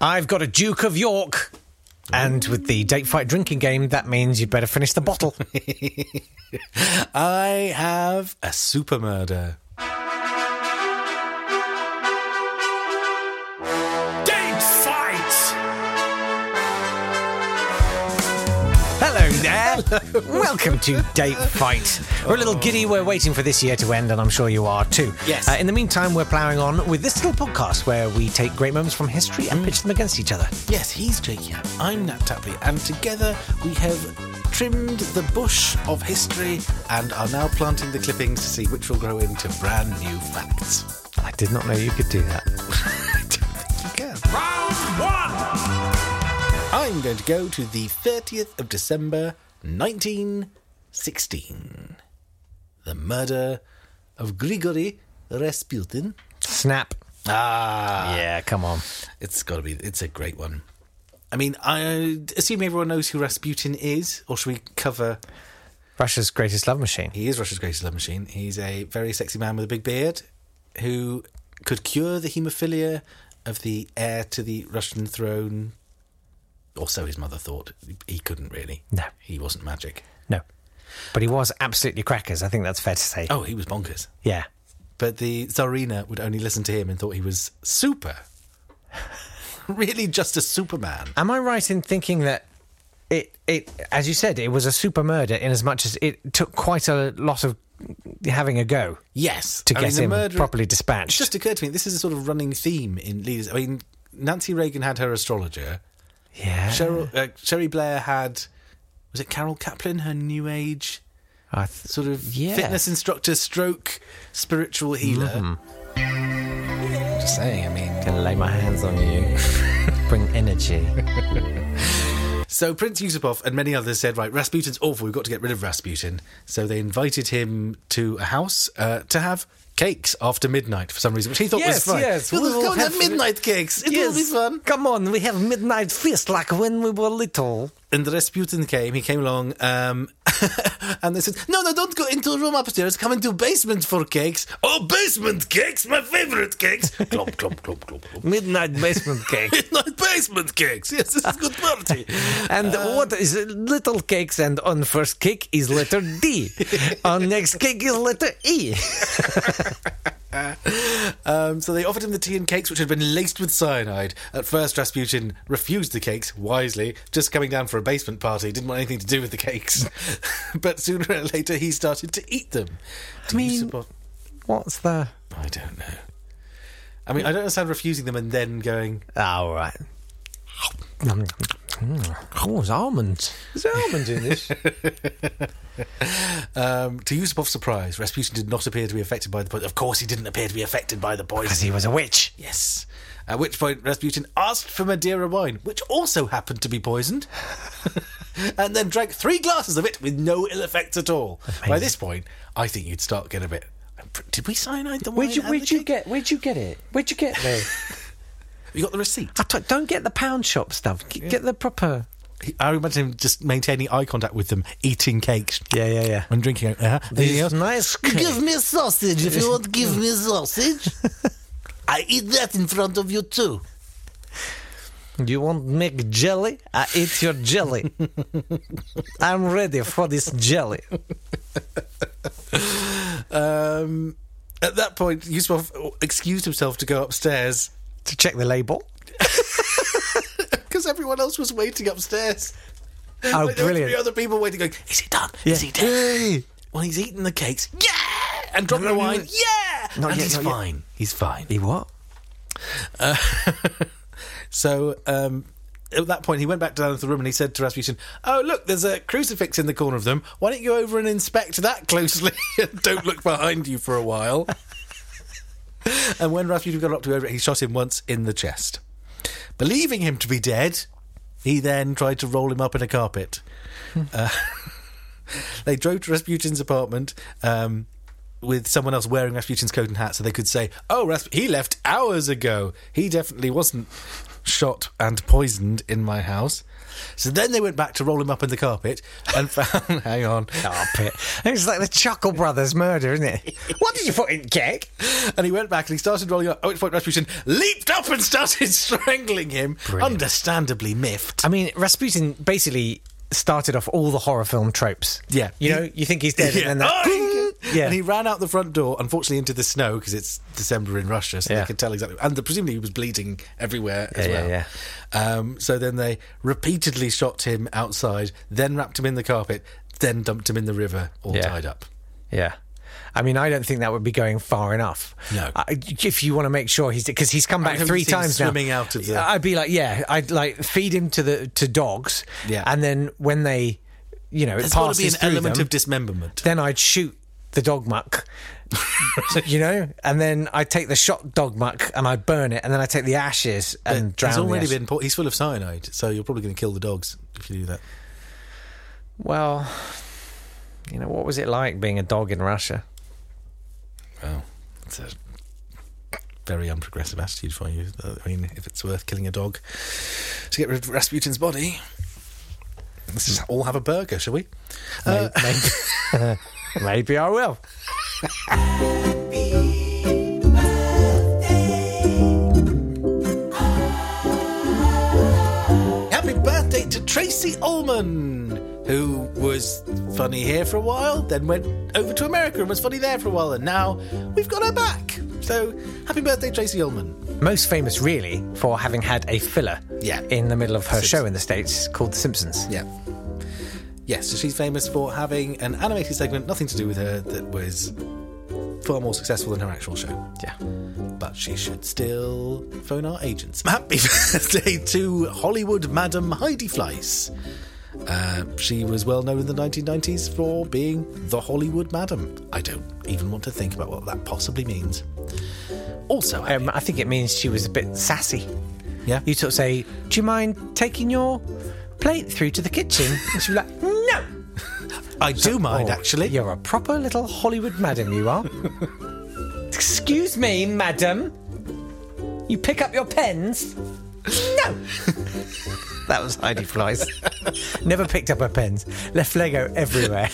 I've got a Duke of York. And with the date fight drinking game, that means you'd better finish the bottle. I have a super murder. Date fight! Hello there. Welcome to Date Fight. We're a little giddy. We're waiting for this year to end, and I'm sure you are too. Oh. Yes. Uh, in the meantime, we're ploughing on with this little podcast where we take great moments from history Mm. and pitch them against each other. Yes, he's Jake Yap. I'm Nat Tapley, and together we have trimmed the bush of history and are now planting the clippings to see which will grow into brand new facts. I did not know you could do that. I don't think you can. Round one! I'm going to go to the 30th of December 1916. The murder of Grigory Rasputin. Snap. Ah, Yeah, come on. it's got to be, it's a great one. I mean, I assume everyone knows who Rasputin is, or should we cover? Russia's greatest love machine. He is Russia's greatest love machine. He's a very sexy man with a big beard who could cure the haemophilia of the heir to the Russian throne. Or so his mother thought. He couldn't really. No. He wasn't magic. No. But he was absolutely crackers. I think that's fair to say. Oh, he was bonkers. Yeah. But the Tsarina would only listen to him and thought he was super. really just a superman. Am I right in thinking that it it as you said it was a super murder in as much as it took quite a lot of having a go Yes. to I mean, get the him murder- properly It's dispatched. just occurred to me, this is a sort of running theme in leaders. I mean, Nancy Reagan had her astrologer. yeah. Cheryl, uh, Sherry Blair had, was it Carol Kaplan, her new age I th- sort of Yeah. fitness instructor, stroke spiritual healer? Mm-hmm. Just saying, I mean. gonna lay my hands on you. Bring energy. So Prince Yusupov and many others said, right, Rasputin's awful, we've got to get rid of Rasputin. So they invited him to a house uh, to have cakes after midnight for some reason, which he thought Yes, was fun. yes, We'll, we will go and have have- midnight cakes. It will be fun. Come on, we have midnight feast like when we were little. and the Rasputin came. He came along, um, and they said, "No, no, don't go into the room upstairs. Come into basement for cakes. Oh, basement cakes, my favourite cakes. Clomp, clomp, clomp, clomp, clomp. Midnight basement cake. Midnight basement cakes. Yes, this is a good party. And Uh, what is little cakes? And on first cake is letter D. on next cake is letter E. um, so they offered him the tea and cakes, which had been laced with cyanide. At first, Rasputin refused the cakes wisely, just coming down for a basement party. Didn't want anything to do with the cakes. but sooner or later, he started to eat them. I mean- What's the? I don't know. I mean, I don't understand refusing them and then going. Ah, All right. Oh, it's almonds. Is there almonds in this? Um, to Yusupov's surprise, Rasputin did not appear to be affected by the poison. Of course, he didn't appear to be affected by the Because poison. he was a witch. Yes. At which point, Rasputin asked for Madeira wine, which also happened to be poisoned, and then drank three glasses of it with no ill effects at all. By this point, I think you'd start getting a bit. Did we cyanide the wine? and the cake? get? Where'd you get it? Where'd you get this? You got the receipt. don't get the pound shop stuff. G- Get the proper. I imagine him just maintaining eye contact with them, eating cakes. Yeah, yeah, yeah. And drinking. Uh-huh. Anything else? nice. Cake. me sausage if you want. Give me sausage. I eat that in front of you too. You want make jelly? I eat your jelly. I'm ready for this jelly. Um, at that point, Yusupov excused himself to go upstairs To check the label. because everyone else was waiting upstairs. Oh, Like, there were three brilliant. other people waiting, going, "Is it done? Is he done?" Well, he's eating the cakes. Yeah, and dropping the no, wine. no. Yeah, Not and yet, he's not yet. fine. He's fine. He what? So um, at that point, he went back down to the room and he said to Rasputin, "Oh, look, there's a crucifix in the corner of them. Why don't you go over and inspect that closely and don't look behind you for a while?" and when Rasputin got up to over it, he shot him once in the chest, believing him to be dead. He then tried to roll him up in a carpet. uh, they drove to Rasputin's apartment. Um, with someone else wearing Rasputin's coat and hat, so they could say, "Oh, Rasp- he left hours ago. He definitely wasn't shot and poisoned in my house. So then they went back to roll him up in the carpet and found. hang on. Carpet. It's like the Chuckle Brothers murder, isn't it? What did you put in cake? And he went back and he started rolling up. At which point Rasputin leaped up and started strangling him. Understandably miffed. I mean, Rasputin basically started off all the horror film tropes. Yeah. You know, you think he's dead, Yeah. and then that. Oh, he- yeah. And he ran out the front door, unfortunately into the snow because it's December in Russia, so Yeah. they could tell exactly. And the, presumably he was bleeding everywhere as Yeah, well. yeah, Um, so then they repeatedly shot him outside, then wrapped him in the carpet, then dumped him in the river, all Yeah. tied up. Yeah. I mean, I don't think that would be going far enough. No. I, if you want to make sure he's because he's come back haven't three seen him times swimming now. out of the- I'd be like, yeah, I'd like feed him to the to dogs. Yeah. And then when they, you know, it There's got to passes be an through element them, of dismemberment. then I'd shoot the dog muck. you know, and then I take the shot dog muck and I burn it, and then I take the ashes and drown. He's the already ash. been. po- He's full of cyanide, so you're probably going to kill the dogs if you do that. well. You know what was it like being a dog in Russia? Wow, it's a very unprogressive attitude for you. Uh, I mean, if it's worth killing a dog to get rid of Rasputin's body, let's just all have a burger, shall we? May- may- maybe I will. Happy birthday to Tracy Ullman, who was funny here for a while, then went over to America and was funny there for a while, and now we've got her back. So, happy birthday, Tracy Ullman. most famous really for having had a filler Yeah. in the middle of her Simpsons. show in the states called the simpsons Yeah. Yes, so she's famous for having an animated segment, nothing to do with her, that was far more successful than her actual show. yeah but she should still phone our agents. Happy birthday to Hollywood Madam Heidi Fleiss. Uh, she was well known in the 1990s for being the Hollywood Madam. I don't even want to think about what that possibly means. Also, um, i think it means she was a bit sassy yeah, you sort of say do you mind taking your plate through to the kitchen and she'd be like no I do mind Oh, actually. you're a proper little hollywood madam you are excuse me madam you pick up your pens no that was heidi flies never picked up her pens left lego everywhere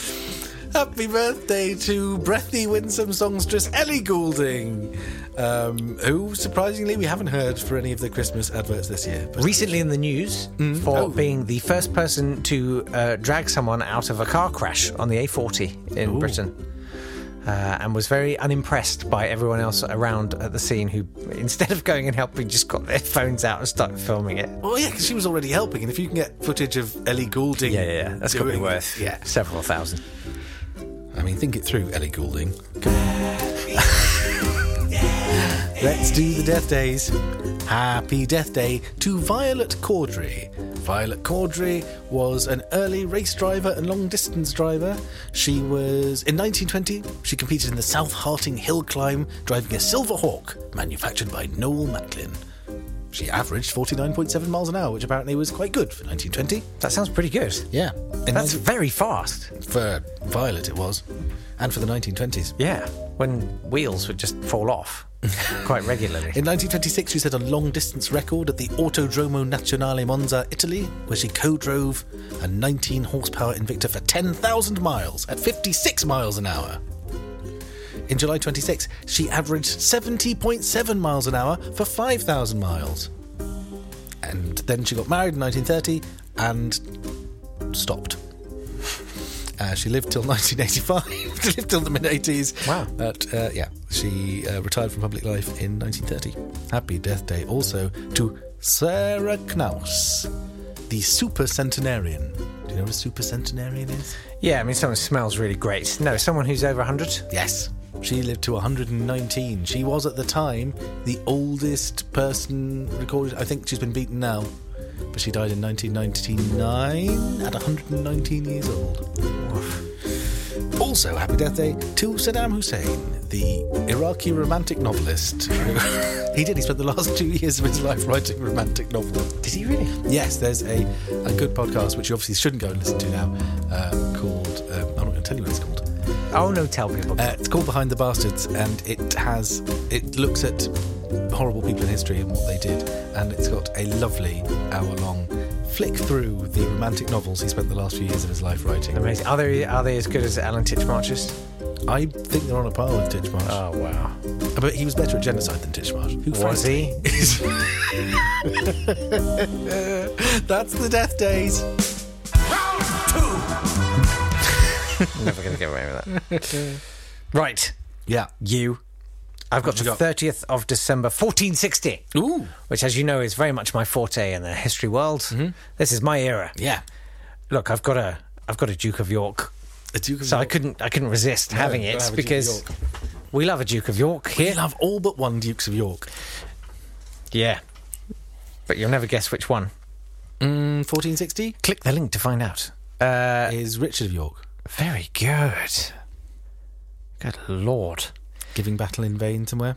Happy birthday to breathy, winsome songstress Ellie Goulding, um, who surprisingly we haven't heard for any of the Christmas adverts this year. But recently in the news for being the first person to uh, drag someone out of a car crash on the A40 in Britain. Uh, and was very unimpressed by everyone else around at the scene who, instead of going and helping, just got their phones out and started filming it. Well, Oh, yeah, 'cause she was already helping, and if you can get footage of Ellie Goulding, that's got to doing, be worth yeah. several thousand. I mean, think it through, Ellie Goulding. Let's do the death days. Happy Death Day to Violet Caudry. Violet Caudry was an early race driver and long distance driver. She was, in 1920, she competed in the South Harting Hill Climb driving a Silver Hawk manufactured by Noel Macklin. She averaged 49.7 miles an hour, which apparently was quite good for 1920. That sounds pretty good. Yeah. In That's 19 very fast. for Violet, it was. And for the 1920s. Yeah, when wheels would just fall off quite regularly. In 1926, she set a long distance record at the Autodromo Nazionale Monza, Italy, where she co drove a 19 horsepower Invicta for 10,000 miles at 56 miles an hour. In July 26, she averaged 70.7 miles an hour for 5,000 miles. And then she got married in 1930 and stopped. Uh, she lived till 1985. she lived till the mid 80s. Wow. But uh, yeah, she uh, retired from public life in 1930. Happy Death Day also to Sarah Knaus, the super centenarian. Do you know what a super centenarian is? yeah, I mean, someone who smells really great. No, someone who's over 100. Yes. She lived to 119. She was at the time the oldest person recorded. I think she's been beaten now, but she died in 1999 at 119 years old. Also, happy death day to Saddam Hussein, the Iraqi romantic novelist. who- he did. He spent the last two years of his life writing romantic novels. Did he really? Yes, there's a, a good podcast which you obviously shouldn't go and listen to now, uh, called. Um, I'm not going to tell you what it's called. Oh, no, tell people. Uh, it's called Behind the Bastards, and it has it looks at horrible people in history and what they did. And it's got a lovely hour long flick through the romantic novels he spent the last few years of his life writing. Amazing. Are they are they as good as Alan Titchmarsh's? I think they're on a par with Titchmarsh. Oh wow. but he was better at genocide than Titchmarsh. Who Was frankly, he? is- That's the death days. Round two. Never going to get away with that. right, Yeah. you. I've got you the got? thirtieth of December, fourteen sixty, Ooh. which, as you know, is very much my forte in the history world. Mm-hmm. This is my era. Yeah. Look, I've got a, I've got a Duke of York, The Duke of so I York. couldn't, I couldn't resist having gotta it have a Duke of because York. we love a Duke of York here. You'll have all but one Dukes of York. yeah, but you'll never guess which one. Mm, 1460 Click the link to find out. is Richard of York, Very good. Good lord. giving battle in vain somewhere.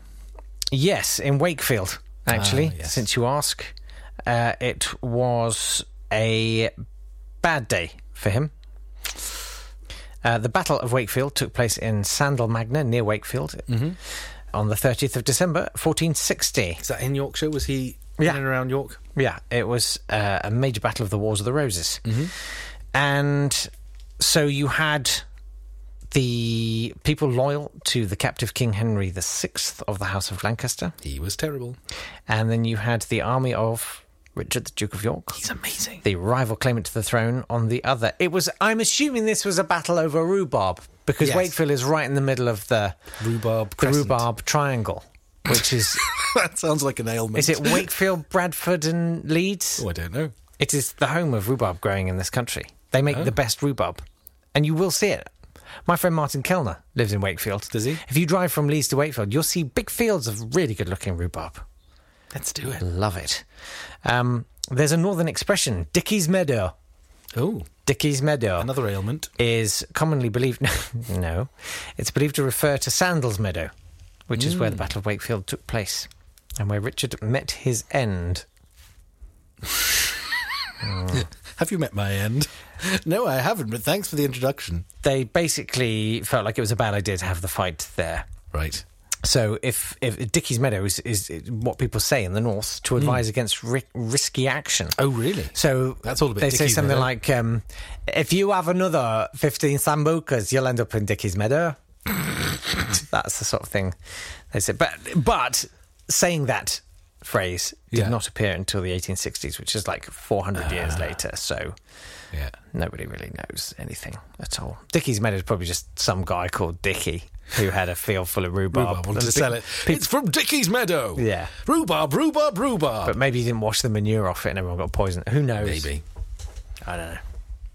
Yes, in Wakefield, actually, Ah, yes. since you ask. Uh, it was a bad day for him. Uh, the Battle of Wakefield took place in Sandal Magna, near Wakefield, Mm-hmm. on the 30th of December, 1460. Is that in Yorkshire? Was he Yeah. in and around York? Yeah, it was uh, a major battle of the Wars of the Roses. Mm-hmm. And so you had the people loyal to the captive King Henry VI of the House of Lancaster. He was terrible. And then you had the army of Richard, the Duke of York, He's amazing. the rival claimant to the throne on the other. It was, I'm assuming this was a battle over rhubarb because Yes. Wakefield is right in the middle of the, Rhubarb. the Crescent. rhubarb triangle, which is, that sounds like an ailment. is it Wakefield, Bradford, and Leeds? Oh, I don't know. It is the home of rhubarb growing in this country. They Oh. make the best rhubarb, and you will see it. My friend Martin Kellner lives in Wakefield. Does he? If you drive from Leeds to Wakefield, you'll see big fields of really good looking rhubarb. Let's do it. Love it. Um, there's a northern expression, Dickie's Meadow. Oh, Dickie's Meadow another ailment. is commonly believed. no, it's believed to refer to Sandals Meadow, which is where the Battle of Wakefield took place and where Richard met his end. Have you met my end? no, I haven't, but thanks for the introduction. They basically felt like it was a bad idea to have the fight there. Right. So if if Dickie's Meadow is, is what people say in the north to advise against ri- risky action. Oh, really? So That's all a bit They say Dickie's something Meadow. like, um, "If you have another fifteen sambucas, you'll end up in Dickie's Meadow." That's the sort of thing they said. But but saying that phrase did Yeah. Ah. not appear until the 1860s, which is like 400 years later. So Yeah. nobody really knows anything at all. Dickie's Meadow is probably just some guy called Dickie who had a field full of rhubarb. Rhubarb wanted And to pe- sell it. pe- it's from Dickie's Meadow. Yeah. Rhubarb, rhubarb, rhubarb. but maybe he didn't wash the manure off it and everyone got poisoned. Who knows? Maybe. I don't know.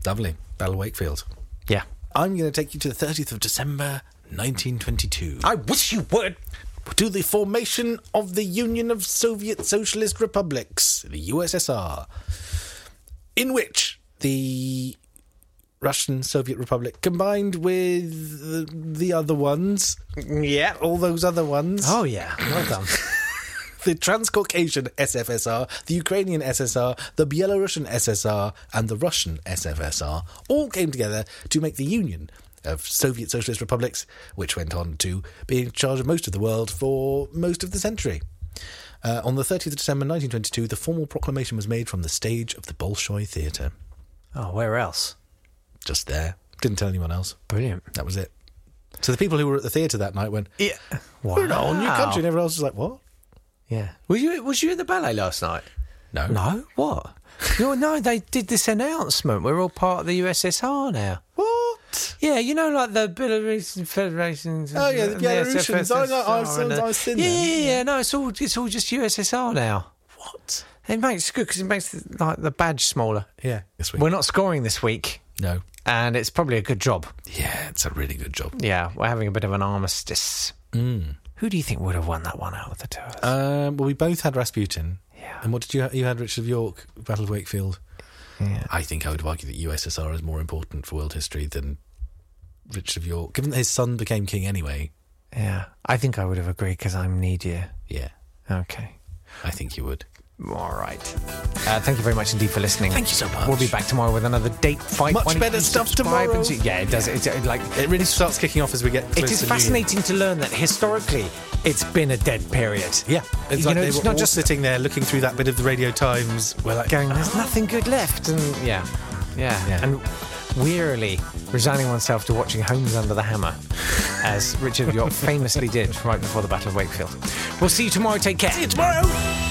Lovely. Battle of Wakefield. Yeah. I'm going to take you to the 30th of December, 1922. I wish you would. to the formation of the Union of Soviet Socialist Republics, the USSR, in which the Russian Soviet Republic combined with the, the other ones, Yeah. all those other ones, Oh, yeah. Well done. the Transcaucasian SFSR, the Ukrainian SSR, the Belarusian SSR, and the Russian SFSR all came together to make the Union of Soviet Socialist Republics, which went on to be in charge of most of the world for most of the century. Uh, on the 30th of December 1922, the formal proclamation was made from the stage of the Bolshoi Theatre. oh, where else? Just there. Didn't tell anyone else. Brilliant. That was it. So the people who were at the theatre that night went, Yeah. Wow. We're in a whole new country. And everyone else was like, What? Yeah. Were you Was you at the ballet last night? No. No. What? no, no, they did this announcement. We're all part of the USSR now. What? Yeah, you know, like the Belarusian Federation. Oh, yeah, the Belarusians. I know, I've seen- and the- I've seen yeah, them. Yeah, yeah, No, it's all it's all just USSR now. What? It makes good because it makes the, like the badge smaller. Yeah. This week. We're not scoring this week, no. and it's probably a good job. Yeah, it's a really good job. Yeah, we're having a bit of an armistice. Mm. Who do you think would have won that one out of the two? of us? Um, well, we both had Rasputin. Yeah. And what did you have? You had Richard of York, Battle of Wakefield. Yeah. I think I would argue that USSR is more important for world history than Richard of York, given that his son became king anyway. yeah, I think I would have agreed because I'm needier. Yeah, Okay. I think you would. All right. Uh, thank you very much indeed for listening. Thank you so much. We'll be back tomorrow with another date fight. Much Why don't better you stuff subscribe and tomorrow. see- yeah, it does. It's uh, like It really starts kicking off as we get. it is fascinating to learn that historically It's been a dead period. Yeah, it's you like know, they it's were not all just sitting there looking through that bit of the Radio Times. We're like, going, there's nothing good left. And yeah, yeah. Yeah. And wearily resigning oneself to watching Homes Under the Hammer, as Richard York famously did right before the Battle of Wakefield. We'll see you tomorrow. Take care. tomorrow.